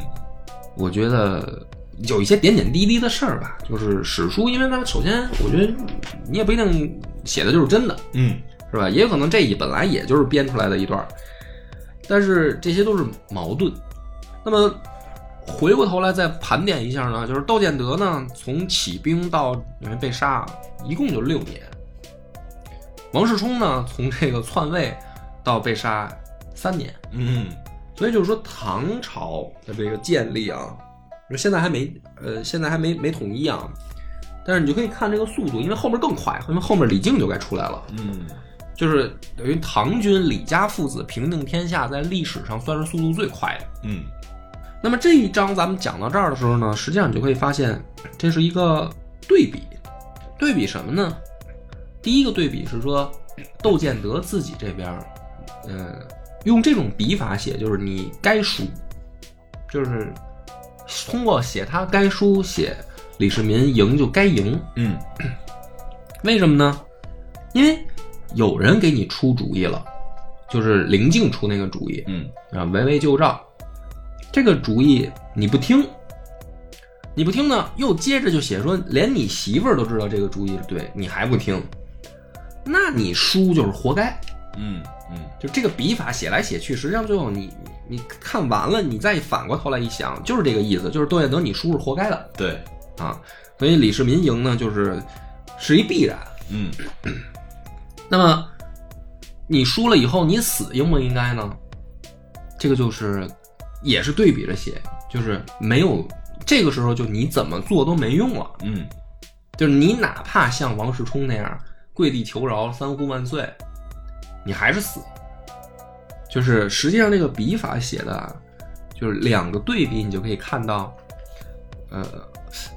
Speaker 2: 我觉得有一些点点滴滴的事儿吧，就是史书，因为它首先，我觉得你也不一定写的就是真的，
Speaker 3: 嗯，
Speaker 2: 是吧？也有可能这一本来也就是编出来的一段儿，但是这些都是矛盾。那么回过头来再盘点一下呢，就是窦建德呢，从起兵到因为被杀，一共就六年；王世充呢，从这个篡位到被杀三年。
Speaker 3: 嗯
Speaker 2: 所以就是说，唐朝的这个建立啊，就现在还没呃，现在还没没统一啊。但是你就可以看这个速度，因为后面更快，因为后面李靖就该出来了，
Speaker 3: 嗯
Speaker 2: 就是等于唐军李家父子平定天下，在历史上算是速度最快的。
Speaker 3: 嗯
Speaker 2: 那么这一章咱们讲到这儿的时候呢，实际上你就可以发现，这是一个对比，对比什么呢？第一个对比是说，窦建德自己这边儿，呃，用这种笔法写，就是你该书，就是通过写他该书写李世民赢就该赢，
Speaker 3: 嗯
Speaker 2: 为什么呢？因为有人给你出主意了，就是林静出那个主意，
Speaker 3: 嗯
Speaker 2: 啊，围魏救赵，这个主意你不听，你不听呢，又接着就写说，连你媳妇儿都知道这个主意是对，你还不听，那你输就是活该。
Speaker 3: 嗯嗯
Speaker 2: 就这个笔法写来写去，实际上最后你你看完了，你再反过头来一想，就是这个意思，就是窦建德你输是活该的
Speaker 3: 对，
Speaker 2: 啊。所以李世民赢呢，就是是一必然。
Speaker 3: 嗯
Speaker 2: 那么你输了以后，你死应不应该呢？这个就是也是对比着写，就是没有这个时候就你怎么做都没用了，
Speaker 3: 嗯
Speaker 2: 就是你哪怕像王世充那样跪地求饶、三呼万岁，你还是死。就是实际上这个笔法写的啊，就是两个对比，你就可以看到，呃，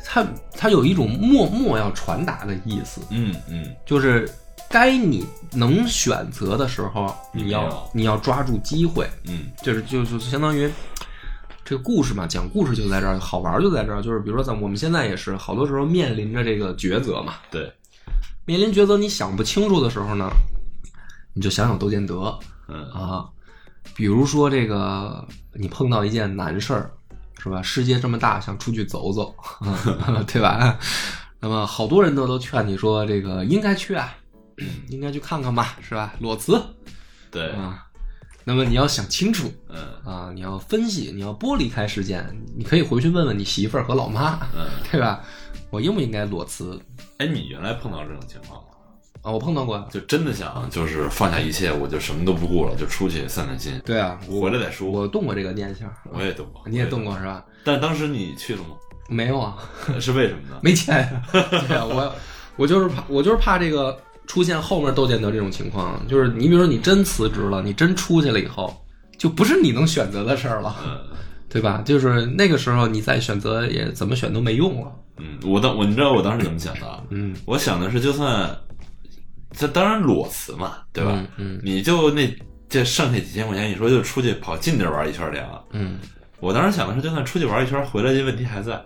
Speaker 2: 它它有一种默默要传达的意思，
Speaker 3: 嗯嗯
Speaker 2: 就是该你能选择的时候，
Speaker 3: 你
Speaker 2: 你
Speaker 3: 没
Speaker 2: 要
Speaker 3: 有
Speaker 2: 你要抓住机会，
Speaker 3: 嗯
Speaker 2: 就是就就相当于这个故事嘛，讲故事就在这儿，好玩儿就在这儿，就是比如说在我们现在也是，好多时候面临着这个抉择嘛，
Speaker 3: 对，
Speaker 2: 面临抉择你想不清楚的时候呢，你就想想窦建德
Speaker 3: 嗯
Speaker 2: 啊，比如说这个你碰到一件难事儿。是吧？世界这么大，想出去走走， 对吧？那么好多人都都劝你说，这个应该去啊， 应该去看看吧，是吧？裸辞
Speaker 3: 对，
Speaker 2: 啊，那么你要想清楚，
Speaker 3: 嗯
Speaker 2: 啊，你要分析，你要剥离开事件，你可以回去问问你媳妇儿和老妈，
Speaker 3: 嗯，
Speaker 2: 对吧？我应不应该裸辞
Speaker 3: 哎，你原来碰到这种情况吗？
Speaker 2: 啊？我碰到过呀。
Speaker 3: 就真的想就是放下一切，我就什么都不顾了，就出去散散心，
Speaker 2: 对啊，我
Speaker 3: 回来再说。
Speaker 2: 我动过这个念想，
Speaker 3: 我也动过，
Speaker 2: 你也动
Speaker 3: 过，
Speaker 2: 过是吧？
Speaker 3: 但当时你去了吗？
Speaker 2: 没有啊，
Speaker 3: 是为什么呢？
Speaker 2: 没钱呀。对啊，我我就是怕，我就是怕这个出现后面窦建德这种情况，啊就是你比如说你真辞职了，你真出去了以后，就不是你能选择的事儿了，
Speaker 3: 嗯
Speaker 2: 对吧？就是那个时候你再选择也怎么选都没用了。
Speaker 3: 嗯，我当我你知道我当时怎么想的啊？
Speaker 2: 嗯，
Speaker 3: 我想的是，就算这当然裸辞嘛，对吧？
Speaker 2: 嗯
Speaker 3: 你就那这剩下几千块钱，你说就出去跑近地儿玩一圈儿去啊？
Speaker 2: 嗯
Speaker 3: 我当时想的是，就算出去玩一圈儿回来，这问题还在，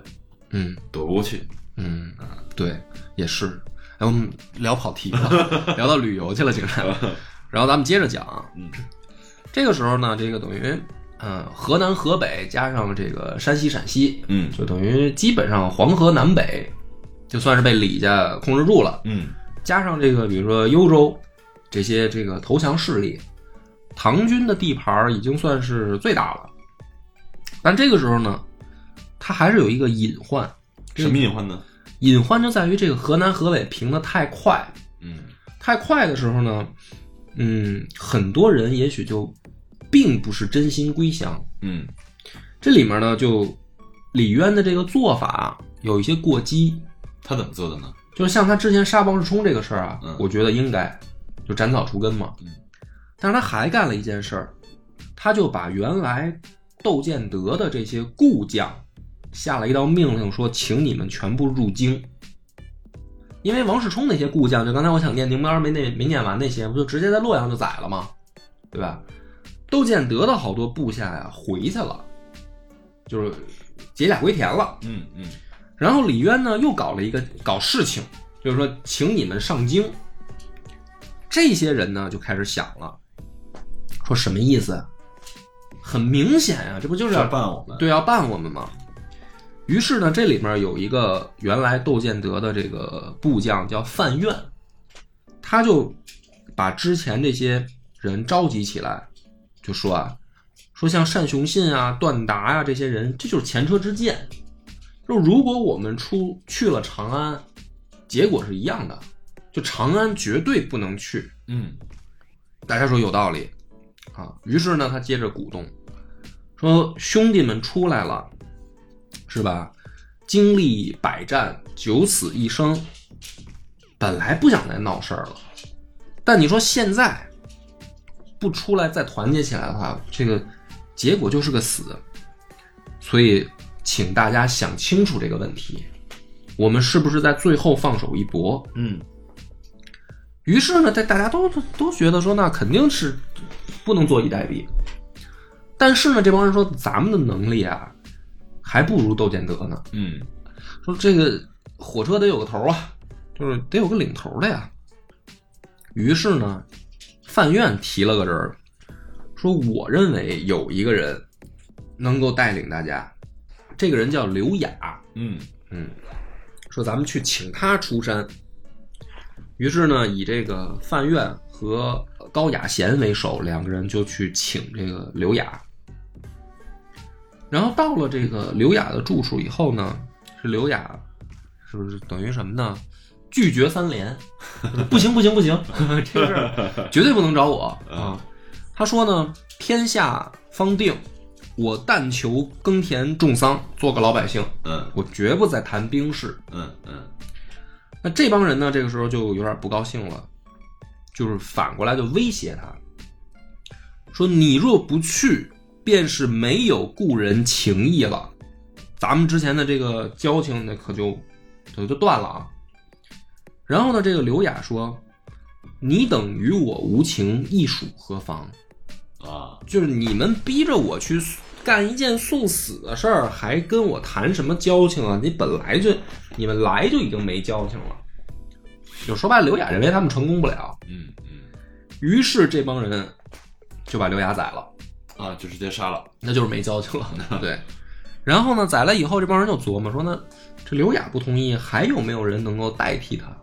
Speaker 2: 嗯。
Speaker 3: 躲不过去。
Speaker 2: 嗯，对，也是。哎，我们聊跑题 了，聊到旅游去了，竟然。 然后咱们接着讲啊，
Speaker 3: 嗯
Speaker 2: 这个时候呢，这个等于，嗯、河南、河北加上这个山西、陕西，
Speaker 3: 嗯
Speaker 2: 就等于基本上黄河南北，就算是被李家控制住了。
Speaker 3: 嗯
Speaker 2: 加上这个，比如说幽州这些这个投降势力，唐军的地盘儿已经算是最大了。但这个时候呢，它还是有一个隐患，
Speaker 3: 什么隐患呢？
Speaker 2: 隐患就在于这个河南、河北平的太快，
Speaker 3: 嗯
Speaker 2: 太快的时候呢，嗯，很多人也许就并不是真心归降。
Speaker 3: 嗯
Speaker 2: 这里面呢，就李渊的这个做法有一些过激，
Speaker 3: 他怎么做的呢？
Speaker 2: 就是像他之前杀王世充这个事儿啊，
Speaker 3: 嗯
Speaker 2: 我觉得应该就斩草除根嘛。
Speaker 3: 嗯
Speaker 2: 但是他还干了一件事儿，他就把原来窦建德的这些故将下了一道命令，说请你们全部入京。因为王世充那些故匠，就刚才我想念宁波没那没念完那些，不就直接在洛阳就宰了吗？对吧？窦建德的好多部下呀回去了，就是解甲归田了。
Speaker 3: 嗯嗯
Speaker 2: 然后李渊呢又搞了一个搞事情，就是说请你们上京。这些人呢就开始想了，说什么意思？啊很明显啊，这不就是
Speaker 3: 是
Speaker 2: 要
Speaker 3: 要办我们，
Speaker 2: 对，要办我们嘛。于是呢，这里面有一个原来窦建德的这个部将叫范愿，他就把之前这些人召集起来，就说啊，说像单雄信啊、段达呀、这些人，这就是前车之鉴。就如果我们出去了长安，结果是一样的，就长安绝对不能去。
Speaker 3: 嗯
Speaker 2: 大家说有道理啊。于是呢，他接着鼓动，说兄弟们出来了，是吧？经历百战，九死一生，本来不想再闹事儿了，但你说现在不出来再团结起来的话，这个结果就是个死。所以，请大家想清楚这个问题，我们是不是在最后放手一搏？
Speaker 3: 嗯
Speaker 2: 于是呢，在大家都都觉得说，那肯定是不能坐以待毙。但是呢，这帮人说咱们的能力啊，还不如窦建德呢。
Speaker 3: 嗯
Speaker 2: 说这个火车得有个头啊，就是得有个领头的呀。于是呢，范愿提了个人儿，说我认为有一个人能够带领大家，这个人叫刘雅。
Speaker 3: 嗯
Speaker 2: 嗯，说咱们去请他出山。于是呢，以这个范愿和高雅贤为首，两个人就去请这个刘雅。然后到了这个刘雅的住处以后呢，是刘雅，是不是等于什么呢？拒绝三连，不行不行不行，这事儿绝对不能找我啊！他说呢，天下方定，我但求耕田种桑，做个老百姓。
Speaker 3: 嗯
Speaker 2: 我绝不再谈兵事。
Speaker 3: 嗯嗯
Speaker 2: 那这帮人呢，这个时候就有点不高兴了，就是反过来就威胁他，说：“你若不去，便是没有故人情谊了，咱们之前的这个交情那可就就就断了啊。”然后呢，这个刘雅说：“你等与我无情，亦属何妨？
Speaker 3: 啊
Speaker 2: 就是你们逼着我去干一件送死的事儿，还跟我谈什么交情啊？你本来就你们来就已经没交情了。就说白了，刘雅认为他们成功不了，
Speaker 3: 嗯嗯
Speaker 2: 于是这帮人就把刘雅宰了，
Speaker 3: 啊，就直接杀了，
Speaker 2: 那就是没交情了。 对，然后呢，宰了以后，这帮人就琢磨说那这刘雅不同意，还有没有人能够代替他？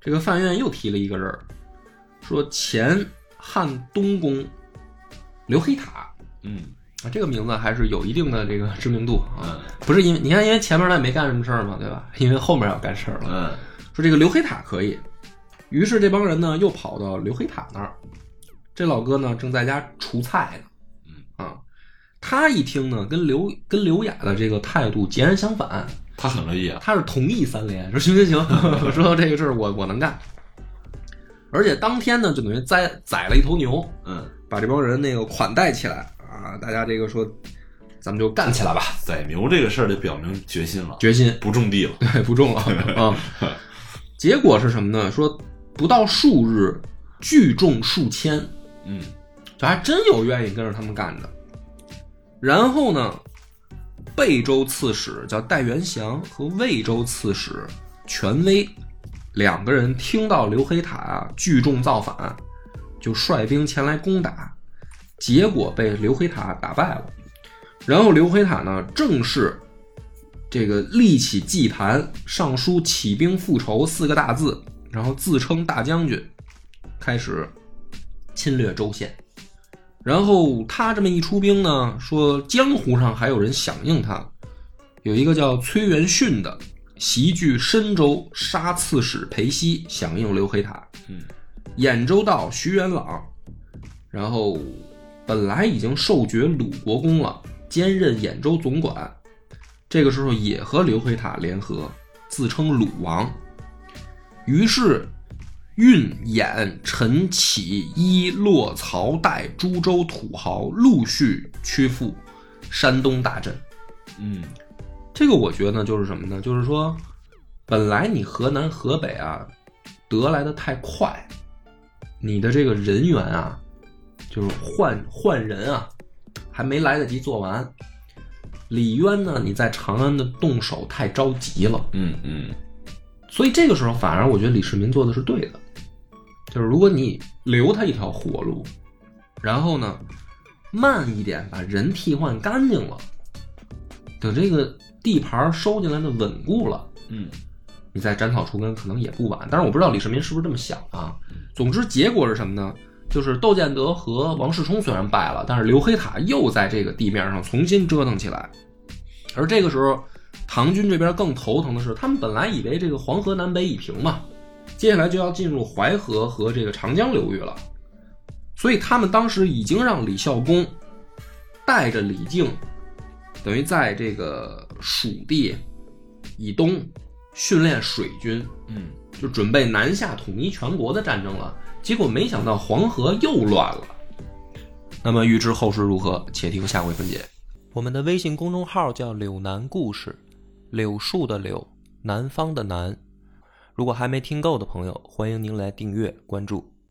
Speaker 2: 这个范愿又提了一个人儿，说前汉东宫刘黑塔。
Speaker 3: 嗯
Speaker 2: 啊，这个名字还是有一定的这个知名度啊。
Speaker 3: 嗯
Speaker 2: 不是因为你看，因为前面他也没干什么事儿嘛，对吧？因为后面要干事儿了。
Speaker 3: 嗯
Speaker 2: 说这个刘黑塔可以，于是这帮人呢又跑到刘黑塔那儿。这老哥呢正在家除菜呢，啊，他一听呢跟刘跟刘雅的这个态度截然相反，
Speaker 3: 他很乐意啊，
Speaker 2: 他是同意三连，说行行 行，说这个事儿我我能干，而且当天呢就等于宰宰了一头牛，
Speaker 3: 嗯，
Speaker 2: 把这帮人那个款待起来啊！大家这个说，咱们就干起来吧，
Speaker 3: 宰牛这个事儿得表明决心了，
Speaker 2: 决心
Speaker 3: 不种地了，
Speaker 2: 对不 中了啊！结果是什么呢？说不到数日，聚众数千，
Speaker 3: 嗯
Speaker 2: 这还真有愿意跟着他们干的。然后呢，贝州刺史叫戴元祥和魏州刺史权威两个人听到刘黑塔啊聚众造反，就率兵前来攻打，结果被刘黑塔打败了。然后刘黑塔呢，正式这个立起祭坛，上书“起兵复仇”四个大字，然后自称大将军，开始侵略州县。然后他这么一出兵呢，说江湖上还有人响应他，有一个叫崔元训的袭据深州，杀刺史裴熙，响应刘黑塔。
Speaker 3: 嗯
Speaker 2: 兖州道徐元朗，然后本来已经授爵鲁国公了，兼任兖州总管，这个时候也和刘黑塔联合，自称鲁王。于是，运、兖、陈、启、伊、洛、曹、代诸州土豪陆续屈服山东大震。
Speaker 3: 嗯
Speaker 2: 这个我觉得呢，就是什么呢？就是说，本来你河南、河北啊得来的太快，你的这个人员啊，就是换换人啊，还没来得及做完。李渊呢，你在长安的动手太着急了，
Speaker 3: 嗯嗯
Speaker 2: 所以这个时候反而我觉得李世民做的是对的，就是如果你留他一条活路，然后呢，慢一点把人替换干净了，等这个地盘收进来的稳固了，
Speaker 3: 嗯，
Speaker 2: 你再斩草除根可能也不晚。但是我不知道李世民是不是这么想啊。总之结果是什么呢？就是窦建德和王世充虽然败了，但是刘黑塔又在这个地面上重新折腾起来。而这个时候，唐军这边更头疼的是，他们本来以为这个黄河南北已平嘛，接下来就要进入淮河和这个长江流域了，所以他们当时已经让李孝恭带着李靖，等于在这个蜀地以东训练水军，
Speaker 3: 嗯，
Speaker 2: 就准备南下统一全国的战争了。结果没想到黄河又乱了。那么预知后事如何，且听下回分解。
Speaker 4: 我们的微信公众号叫“柳南故事”，柳树的柳，南方的南。如果还没听够的朋友，欢迎您来订阅关注。